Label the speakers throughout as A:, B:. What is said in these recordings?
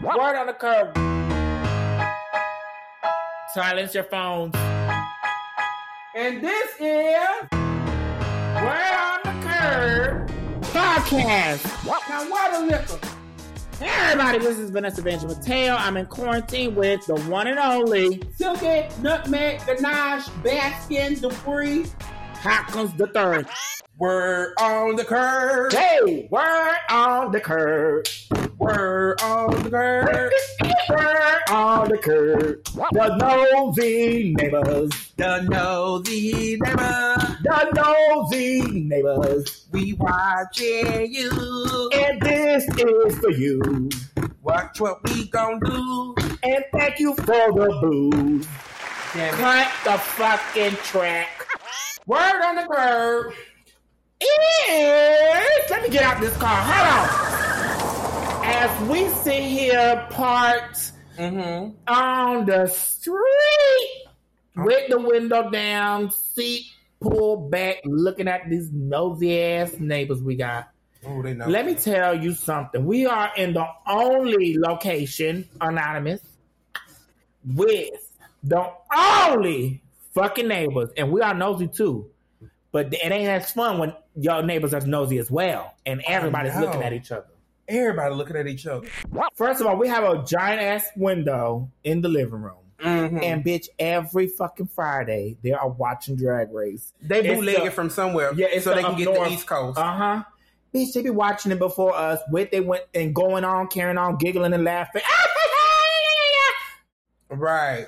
A: Word on the curb. Silence your phones. And this is Word on the Curb podcast. Now, what a liquor. Hey, everybody, this is Vanessa Benjamin Mateo. I'm in quarantine with the one and only
B: Silky, Nutmeg, Ganache, Baskin, Dupree.
A: Hopkins the Third.
B: We're on the curve.
A: Hey, word on the curb.
B: We're on the curve.
A: Word on the curb. The nosy neighbors.
B: Don't know the neighbor.
A: The nosy neighbors.
B: We watching you.
A: And this is for you.
B: Watch what we gon' do.
A: And thank you for the booze.
B: Damn it.
A: Cut the fucking track.
B: Word on the curve.
A: is. Let me get out this car. Hold on. As we sit here parked
B: Mm-hmm.
A: on the street with the window down, seat pulled back, looking at these nosy ass neighbors we got.
B: Oh, they know.
A: Let me tell you something. We are in the only location, anonymous, with the only fucking neighbors, and we are nosy too. But it ain't as fun when your neighbors are nosy as well, and everybody's
B: know.
A: looking at each other.
B: Everybody looking at each other.
A: First of all, we have a giant ass window in the living room.
B: Mm-hmm. And
A: And bitch, every fucking Friday they are watching Drag Race.
B: they
A: It's
B: bootleg
A: the-
B: it from somewhere.
A: Yeah, it's
B: so
A: the
B: they can
A: up
B: get
A: north.
B: the East Coast.
A: Uh huh. Bitch, they be watching it before us. What they went and going on, carrying on, giggling and laughing. Ah,
B: right.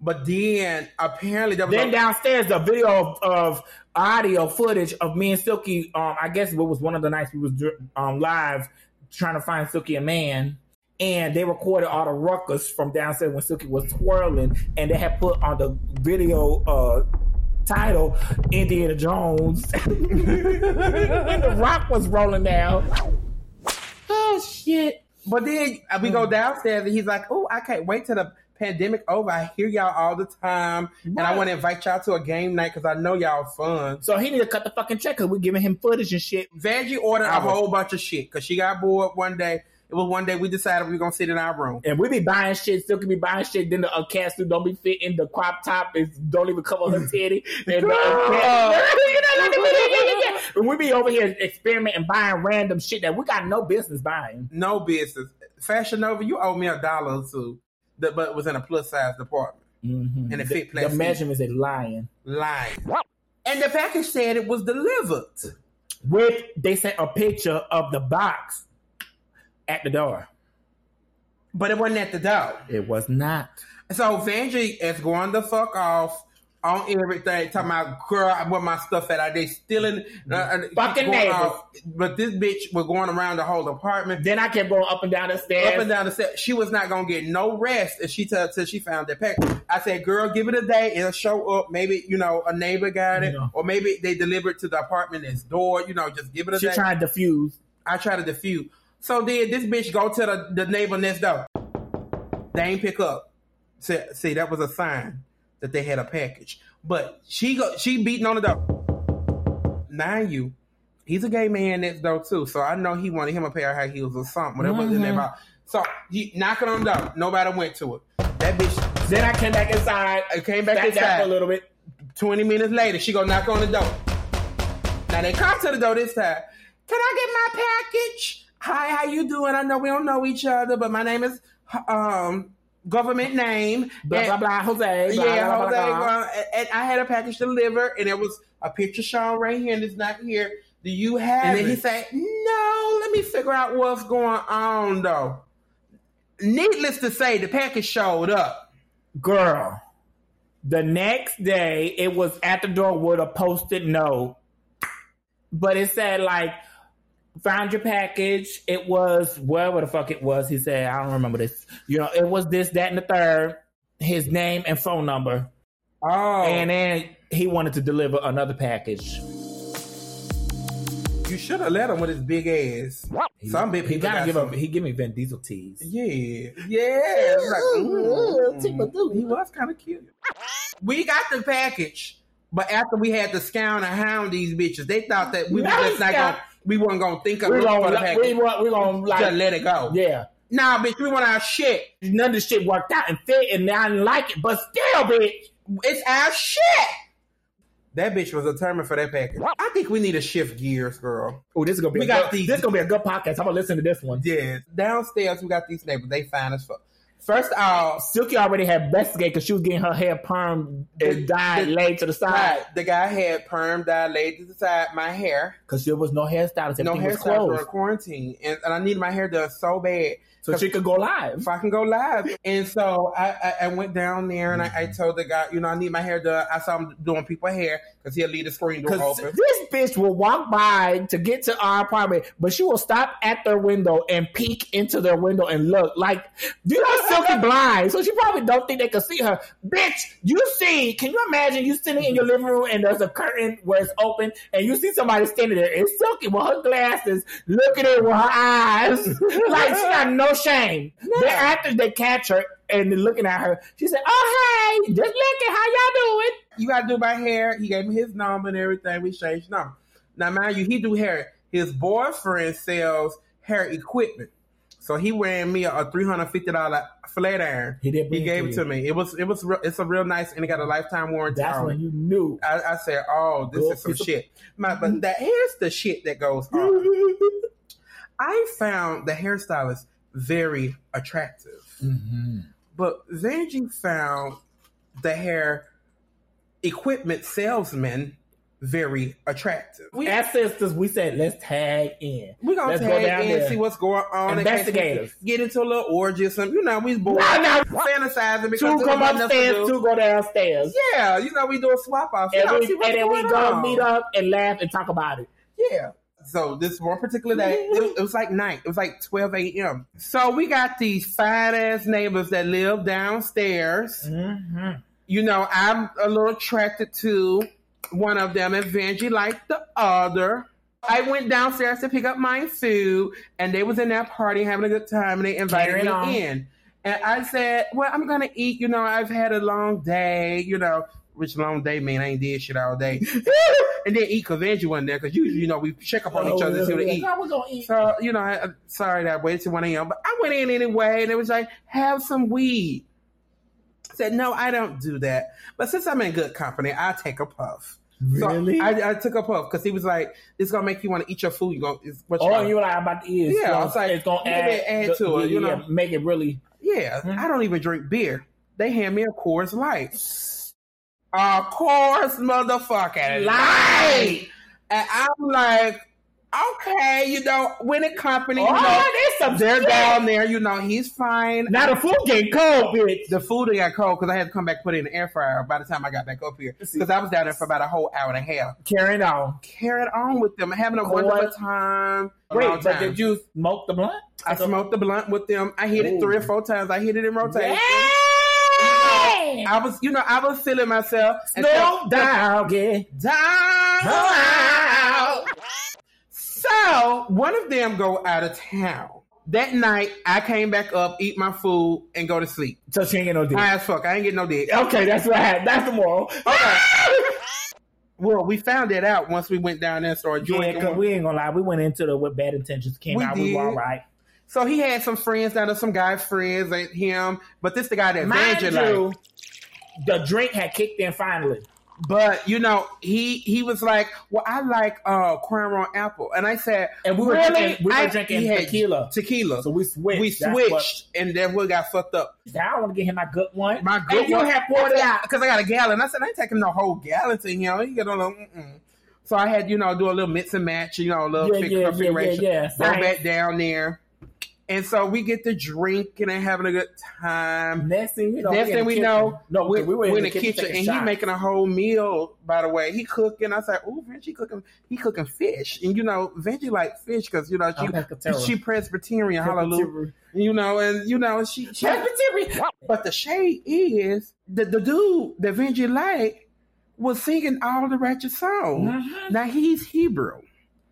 B: But then apparently there was
A: then
B: a-
A: downstairs, the video of, of audio footage of me and Silky. Um, I guess it was one of the nights we was dr- um live trying to find Silky a man, and they recorded all the ruckus from downstairs when Silky was twirling, and they had put on the video uh title Indiana Jones. and the rock was rolling down. Oh shit!
B: But then uh, we
A: Hmm.
B: go downstairs and he's like, "Oh, I can't wait till the pandemic over. I hear y'all all the time, and I
A: Right.
B: want to invite y'all to a game night because I know y'all fun."
A: So he need to cut the fucking check because we're giving him footage and shit.
B: Veggie ordered
A: I
B: a
A: was-
B: whole bunch of shit because she got bored one day. It was one day we decided we were gonna sit in our room.
A: And we be buying shit, still can be buying shit. Then the uh, catsuit don't be fitting. The crop top is don't even cover her titty. And the, uh, cat- You know, like the video, yeah, yeah, yeah. And we be over here experimenting, buying random shit that we got no business buying.
B: No business. Fashion Nova, you owe me a dollar or two, that but was in a plus size department
A: Mm-hmm.
B: and it fit
A: The
B: plastic.
A: measurements is lying.
B: Lying. And the package said it was delivered.
A: With they sent a picture of the box at the door.
B: But it wasn't at the door.
A: It was not.
B: So Vanjie is going the fuck off on everything. Talking about girl, I want my stuff at. Are they stealing? Uh, uh,
A: Mm-hmm. Fucking
B: going
A: neighbors.
B: off. But this bitch was going around the whole apartment,
A: Then I kept going up and down the stairs.
B: up and down the steps. She was not gonna get no rest, and she till till she found that pack. I said, girl, give it a day. It'll show up. Maybe you know a neighbor got it,
A: Yeah.
B: or maybe they delivered to the apartment next door. You know, just give it a
A: She
B: day.
A: trying to diffuse.
B: I try to defuse. So then this bitch go to the, the neighbor next door. They ain't pick up. See, see, that was a sign that they had a package. But she go she beating on the door. Mind you, he's a gay man next door too. So I know he wanted him a pair of high heels or something. Whatever was in there about. So he knocking on the door. Nobody went to it. That bitch
A: Then I came back inside.
B: I came back
A: Back
B: inside.
A: inside for a little bit.
B: 20 minutes later, she gonna knock on the door. Now they come to the door this time. Can I get my package? Hi, how you doing? I know we don't know each other, but my name is um government name.
A: Blah
B: And-
A: blah blah. Jose. Blah,
B: Eh, yeah,
A: blah, blah,
B: Jose.
A: blah, blah.
B: uh, and- and I had a package delivered, and it was a picture shown right here, and it's not here. Do you have? And then
A: it?
B: he said, "No, let me figure out what's going on." Though, needless to say, the package showed up.
A: Girl, the next day it was at the door with a post-it note, but it said like, "Found your package." It was whatever the fuck it was. He said, "I don't remember this." You know, it was this, that, and the third. His name and phone number,
B: Oh,
A: and then he wanted to deliver another package.
B: You should have let him with his big ass. Some big
A: He
B: people
A: gotta
B: got
A: give
B: some-
A: him. He give me Vin Diesel tease.
B: Yeah, yeah. It's like, mm, mm. He was kind of cute. We got the package, but after we had to scound and hound these bitches, they thought that we were
A: Nice
B: just not
A: guy.
B: gonna, we weren't gonna think of
A: We
B: it for the
A: gonna, we
B: package.
A: gonna, we gonna
B: Just
A: like,
B: let it go.
A: yeah.
B: Nah, bitch, we want our shit.
A: None of this shit worked out and fit, and I didn't like it. But still, bitch,
B: It's our shit. That bitch was determined for that package. I think we need to shift gears, girl.
A: oh, this is gonna be
B: We
A: a
B: got
A: good,
B: these-
A: this is gonna be a good podcast. I'm gonna listen to this one.
B: Yeah. Downstairs, we got these neighbors. They fine as fuck. First off,
A: Silky already had investigated because she was getting her hair perm and dyed laid to the side
B: right, the guy had perm dyed laid to the side my hair.
A: because there was no hairstylist. Everything
B: No hair
A: was
B: style during
A: closed,
B: quarantine. And, and I needed my hair done so bad.
A: so she could go live.
B: if I can go live. And so I, I, I went down there and I, I told the guy, you know, I need my hair done. I saw him doing people hair because he'll leave the screen door
A: Because
B: open.
A: this bitch will walk by to get to our apartment, but she will stop at their window and peek into their window and look. Like, you know, Silky blind, so she probably don't think they can see her. Bitch, you see? Can you imagine you sitting in your living room and there's a curtain where it's open, and you see somebody standing there? It's Silky with her glasses, looking at it with her eyes, like she got no shame. Then after they catch her and they're looking at her, she said, "Oh hey, just looking, how y'all doing?"
B: You got to do my hair. He gave me his number and everything. We changed number. Now, mind you, he do hair. His boyfriend sells hair equipment. So he wearing me a three hundred fifty dollar flat iron.
A: He did bring it
B: gave
A: to
B: it to
A: you.
B: me. It was it was real, it's a real nice and it got a lifetime warranty.
A: That's
B: on it.
A: when you knew.
B: I, I said, "Oh, this
A: Girl,
B: is some
A: it's a-
B: shit." My, but that here's the shit that goes
A: Mm-hmm.
B: on. I found the hairstylist very attractive, Mm-hmm. but Vanjie found the hair equipment salesman very attractive. We
A: As sisters, we said let's tag in.
B: we gonna
A: let's
B: tag in and see what's going on. in case we
A: Investigators.
B: get into a little orgy or something. You know, we bored
A: Nah, nah.
B: fantasizing because
A: Two
B: there's
A: come
B: nothing else to
A: upstairs,
B: do.
A: two go downstairs,
B: Yeah, you know, we do a swap off. You know,
A: and, we,
B: see what's
A: and then we
B: going
A: go
B: on.
A: meet up and laugh and talk about it.
B: Yeah. So this one particular day, it, it was like night. It was like 12 a.m. So we got these fine ass neighbors that live downstairs. Mm-hmm. You know, I'm a little attracted to one of them, and Vanjie liked the other. I went downstairs to pick up my food, and they was in that party having a good time, and they invited
A: Carrying
B: me
A: on.
B: in. And I said, "Well, I'm gonna eat. You know, I've had a long day. You know, which long day mean? I ain't did shit all day." and then eat because Angie wasn't there because usually, you know, we check up on
A: Oh,
B: each other and see what they eat.
A: Nah, we gonna eat.
B: So, you know, I, I'm sorry that I waited till 1 a.m., but I went in anyway and it was like, have some weed. I said, no, I don't do that. But since I'm in good company, I'll take a puff. So
A: Really?
B: I, I took a puff because he was like, it's going to make you want to eat your food. You gonna, it's what you
A: Oh,
B: gonna-
A: you were like about to eat.
B: Yeah, I was like,
A: it's gonna
B: maybe
A: add,
B: add to it, you
A: yeah,
B: know.
A: make it really.
B: Yeah,
A: Mm-hmm.
B: I don't even drink beer. They hand me a Coors Light. A Coors motherfucking Light. And I'm like, okay, you know, when it company, you know,
A: Oh, there's some
B: they're
A: shit.
B: down there, you know, he's fine.
A: Now the food getting cold, bitch.
B: The food got cold because I had to come back and put it in the air fryer by the time I got back up here because I was down there for about a whole hour and a half.
A: Carrying on.
B: Carried on with them, having a
A: Coors-
B: wonderful time. a long
A: Wait, but
B: time.
A: did you smoke the blunt?
B: I smoked the blunt with them. I hit it
A: Ooh.
B: three or four times. I hit it in rotation.
A: Yeah.
B: I was, you know, I was feeling myself. and
A: Slow down, yeah.
B: down. So one of them go out of town. That night, I came back up, eat my food, and go to sleep.
A: So she ain't get no dick.
B: High as fuck. I ain't getting no dick.
A: Okay, that's right. That's the moral.
B: Okay. well, we found that out once we went down there and started
A: Yeah,
B: drinking.
A: because we ain't gonna lie, we went into it with bad intentions. Came
B: We
A: out, we were
B: did.
A: all right.
B: so he had some friends down there, some guy friends and him, but this the guy that
A: Mind
B: Vanjie
A: you,
B: liked.
A: the drink had kicked in finally.
B: But you know, he he was like, "Well, I like uh crown roll apple," and I said,
A: And we were
B: really?
A: drinking, we were
B: I-
A: drinking
B: he had
A: tequila.
B: Tequila.
A: So we switched.
B: we
A: That's
B: switched,
A: what-
B: and then we got fucked up.
A: I don't want to get him my good one.
B: My good
A: and you had poured it out.
B: because I got a gallon. I said I ain't taking no whole gallon to him. He got on a mm-mm. so I had you know do a little mix and match, you know, a little
A: Yeah,
B: fix-
A: yeah, yeah,
B: configuration.
A: yeah, yeah.
B: Go
A: Science.
B: back down there, and so we get to drinking and having a good time.
A: Next thing we know,
B: Next
A: we in the
B: thing we
A: kitchen.
B: know,
A: no,
B: we,
A: Oh, we were in the kitchen,
B: and
A: taking
B: he
A: shots.
B: making a whole meal. By the way, he cooking. I said, "Ooh, Veggie cooking. He cooking fish, and you know, Veggie like fish because you know
A: I'm
B: she
A: Pescatera.
B: she Presbyterian. Hallelujah. You know, and you know, she, she
A: Presbyterian.
B: but the shade is that the dude that Vinci liked was singing all the ratchet songs.
A: Mhm.
B: Now he's Hebrew.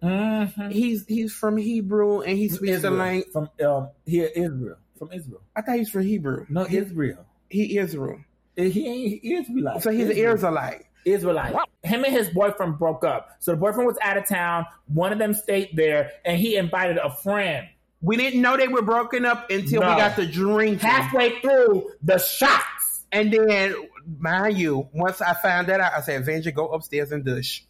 A: Mhm.
B: He's he's from Hebrew and he speaks the
A: Israel.
B: language.
A: From um, here, Israel. From Israel.
B: I thought he's from Hebrew.
A: No,
B: he,
A: Israel.
B: he Israel.
A: He ain't Israelite.
B: So he's an
A: Israel.
B: Israelite.
A: Israelite. Him and his boyfriend broke up. So the boyfriend was out of town. One of them stayed there, and he invited a friend.
B: We didn't know they were broken up until
A: No.
B: we got to drinking.
A: halfway through the shots.
B: And then, mind you, once I found that out, I said, Vanja, go upstairs and dush.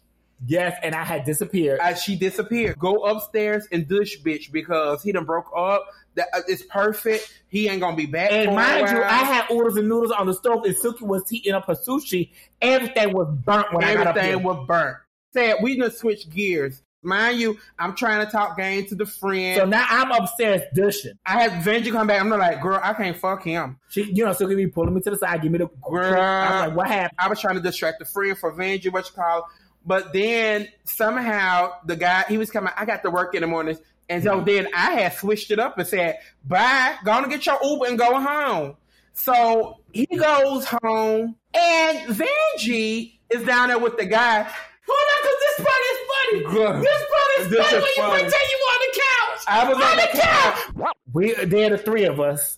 A: Yes, and I had disappeared.
B: As she disappeared, go upstairs and dush, bitch, because he done broke up. That uh, it's perfect. He ain't gonna be back. for
A: and
B: a
A: mind you,
B: while.
A: I had orders and noodles on the stove, and Silky was heating up her sushi. Everything was burnt when I got up there.
B: everything was burnt. Said we done switched gears. Mind you, I'm trying to talk game to the friend.
A: so now I'm upstairs dishing.
B: I had Vanja come back. I'm not like, girl, I can't fuck him.
A: She, you know, Silky be pulling me to the side, give me the
B: Girl.
A: I'm like, what happened?
B: I was trying to distract the friend for Vanja, what you call. it. But then somehow the guy he was coming. I got to work in the mornings, and so then I had switched it up and said, "Bye, go on and get your Uber and go home." So he goes home, and Vanjie is down there with the guy.
A: Hold on, cause this part is funny.
B: Girl.
A: This part is
B: This
A: funny
B: is
A: when
B: funny.
A: you pretend you on the couch.
B: I was on the couch.
A: We they're the three of us.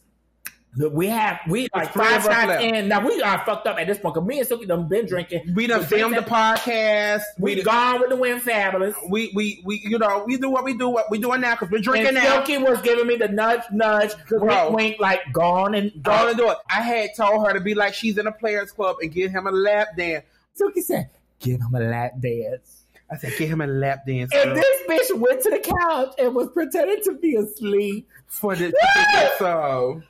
A: Look, we have we like
B: three
A: five
B: of us
A: shots
B: left.
A: in. Now we are fucked up at this point. Cause me and Silky done been drinking.
B: We done
A: So
B: filmed the
A: drinking-
B: podcast.
A: We
B: We done-
A: gone with the wind fabulous.
B: we we we you know we do what we do what we doing now because we're drinking
A: And
B: now.
A: Silky was giving me the nudge, nudge,
B: Bro.
A: wink, wink, like gone and
B: Go
A: gone.
B: and do it. I had told her to be like she's in a players club and give him a lap dance.
A: Silky said, "Give him a lap dance."
B: I said, get him a lap dance girl,
A: And this bitch went to the couch and was pretending to be asleep.
B: for the so.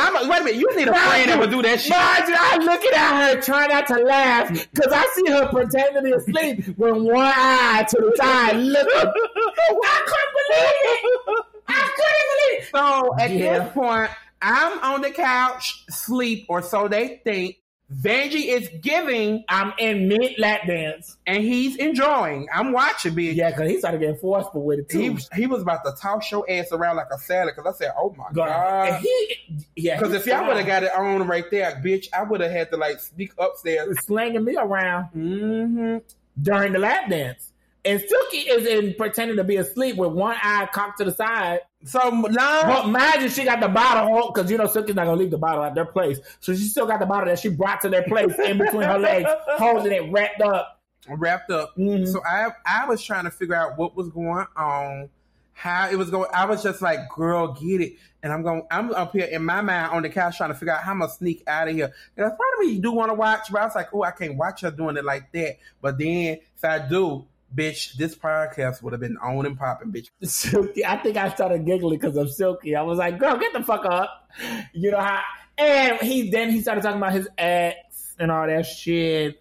B: I'm a, wait a minute, you need a friend that would do that shit.
A: Mind you, I'm looking at her trying not to laugh because I see her pretending to be asleep with one eye to the side looking. I couldn't believe it. I couldn't believe it.
B: So at
A: Yeah.
B: this point, I'm on the couch sleep or so they think. Vanjie is giving
A: I'm in mid lap dance.
B: and he's enjoying. I'm watching, bitch.
A: Yeah, because he started getting forceful with it too.
B: He, he was about to toss your ass around like a salad because I said, oh my
A: God.
B: God.
A: And he- yeah,
B: Because
A: he
B: if y'all would have
A: started
B: got it on right there, bitch, I would have had to like sneak upstairs.
A: slanging me around
B: Mm-hmm.
A: during the lap dance. And Silky is in pretending to be asleep with one eye cocked to the side.
B: So
A: But
B: now,
A: imagine she got the bottle because you know Silky's not gonna leave the bottle at their place, so she still got the bottle that she brought to their place in between her legs, holding it wrapped up.
B: wrapped up.
A: Mhm.
B: So I I was trying to figure out what was going on, how it was going. I was just like, girl, get it. And I'm going. I'm up here in my mind on the couch trying to figure out how I'm gonna sneak out of here. And part of me you do want to watch, but I was like, oh, I can't watch her doing it like that. But then if I do, bitch, this podcast would have been on and popping, bitch.
A: Silky, I think I started giggling because of Silky. I was like, "Girl, get the fuck up," you know how. And he then he started talking about his ex and all that shit.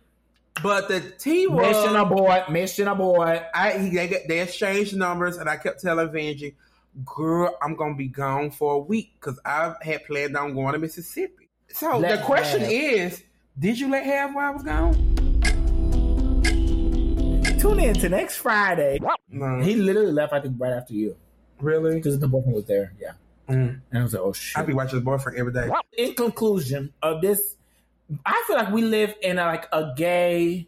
B: But the T was
A: Mission aboard, mission aboard.
B: I he, they got- they exchanged numbers, and I kept telling Vanjie, "Girl, I'm gonna be gone for a week because I had planned on going to Mississippi." So
A: Let
B: the question
A: have.
B: is, did you let have while I was gone?
A: Tune in to next Friday.
B: No,
A: He literally left, I think, right after you
B: really.
A: because the boyfriend was there. Yeah,
B: Mm.
A: and I was like, "Oh shit."
B: I be watching his boyfriend every day.
A: in conclusion of this, I feel like we live in a, like a gay.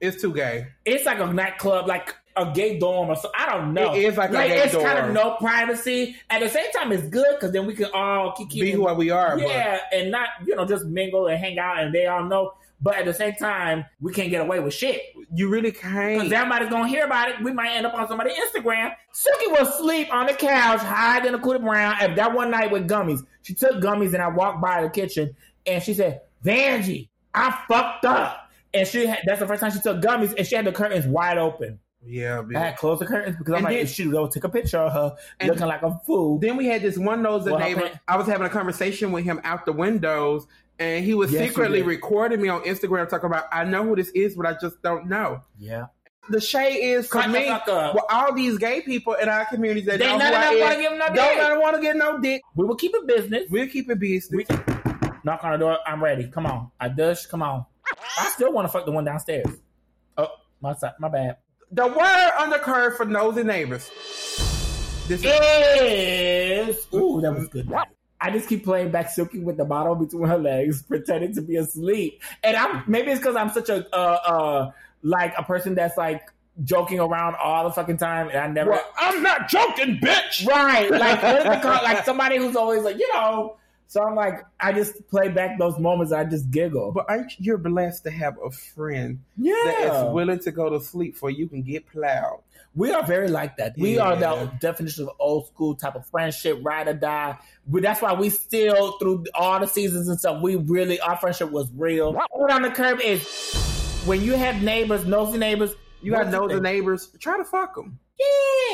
B: It's too gay.
A: It's like a nightclub, like a gay dorm, or so. I don't know.
B: It is like a gay
A: it's kind
B: dorm.
A: of no privacy. At the same time, it's good because then we can all keep
B: Be who we are. Yeah.
A: yeah, and not you know just mingle and hang out, and they all know. But at the same time, we can't get away with shit
B: But you really
A: because
B: can't.
A: everybody's gonna hear about it. We might end up on somebody's Instagram. Suki was asleep on the couch, hiding a Cootie Brown. And that one night with gummies, she took gummies, and I walked by the kitchen, and she said, "Vanjie, I fucked up." And she had, that's the first time she took gummies, and she had the curtains wide open.
B: yeah,
A: I
B: bitch.
A: had closed the curtains because I'm
B: And
A: like,
B: then-
A: if she go take a picture of her
B: And-
A: looking like a fool.
B: Then we had this one nosy
A: What
B: neighbor.
A: happened?
B: I was having a conversation with him out the windows, and he was
A: Yes, you
B: secretly
A: did.
B: recording me on Instagram talking about, "I know who this is, but I just don't know."
A: yeah,
B: the shade is for
A: Cut the
B: me.
A: fuck up.
B: Well, all these gay people in our community that
A: They
B: don't
A: none of them
B: want
A: wanna
B: to
A: give 'em no
B: Don't
A: dick.
B: none want to get no dick.
A: we will keep it business.
B: We'll keep it business.
A: We- Knock on the door. I'm ready. Come on, I dush. Come on. I still want to fuck the one downstairs. Oh, my side, my bad.
B: the word on the curve for nosy neighbors. This is
A: is. Ooh, that was good. I just keep playing back Silky with the bottle between her legs, pretending to be asleep. And I'm maybe it's because I'm such a uh, uh like a person that's like joking around all the fucking time, and I never
B: Well, I'm not joking, bitch.
A: right like what is it called? like somebody who's always like you know. So I'm like, I just play back those moments. I just giggle.
B: But aren't you blessed to have a friend
A: yeah,
B: that is willing to go to sleep for you can get plowed?
A: We are very like that. We are
B: Yeah.
A: the definition of old school type of friendship, ride or die. We, that's why we still through all the seasons and stuff. We really our friendship was real. What on the curb is when you have neighbors, nosy neighbors.
B: You gotta know
A: what's
B: the
A: thing?
B: neighbors. Try to fuck them.
A: Yeah.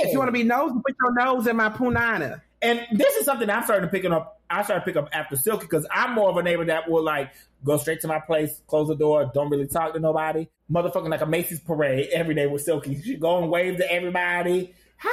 B: If you want to be nosy, put your nose in my punana.
A: and this is something I'm starting to picking up. I started picking up after Silky because I'm more of a neighbor that will like go straight to my place, close the door, don't really talk to nobody. Motherfucking like a Macy's parade every day with Silky. She go and wave to everybody. Hi,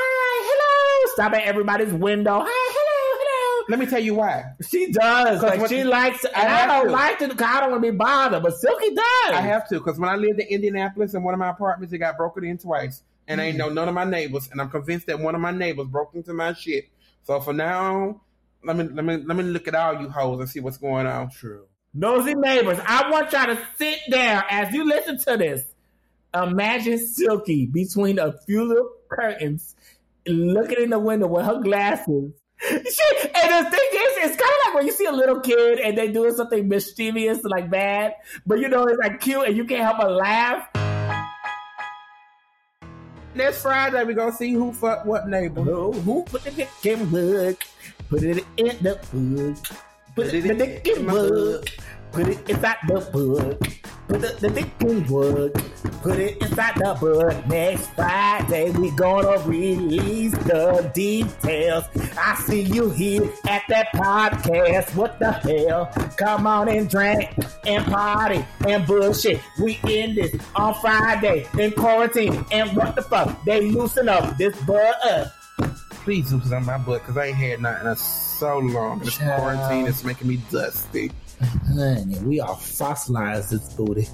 A: hello. Stop at everybody's window. Hi, hello, hello.
B: Let me tell you why.
A: She does. Like
B: what-
A: she likes, and
B: I
A: I,
B: have
A: don't
B: to.
A: like to. 'cause I don't want to be bothered, but Silky does.
B: I have to, because when I lived in Indianapolis in one of my apartments, it got broken in twice. And I
A: Mm.
B: ain't know none of my neighbors. And I'm convinced that one of my neighbors broke into my shit. So for now on, let me let me let me look at all you hoes and see what's going on.
A: True. Nosy neighbors, I want y'all to sit down as you listen to this. Imagine Silky between a few little curtains, looking in the window with her glasses. She, and the thing is, it's kind of like when you see a little kid and they doing something mischievous, like bad, but you know it's like cute, and you can't help but laugh.
B: Next Friday we gonna see who fucked what neighbor.
A: Oh, who put the dick in book? Put it in the book. Put it, the dick in book. Put it inside the book. Put the, the dick in book. Put it inside the book. Next Friday we gonna release the details. I see you here at that podcast. What the hell? Come on and drink and party and bullshit. We end this on Friday in quarantine. And what the fuck? They loosen up this bud up.
B: Please loosen on my butt, cause I ain't had nothing in so long. This
A: Child.
B: quarantine is making me dusty.
A: Honey, we are fossilized this booty.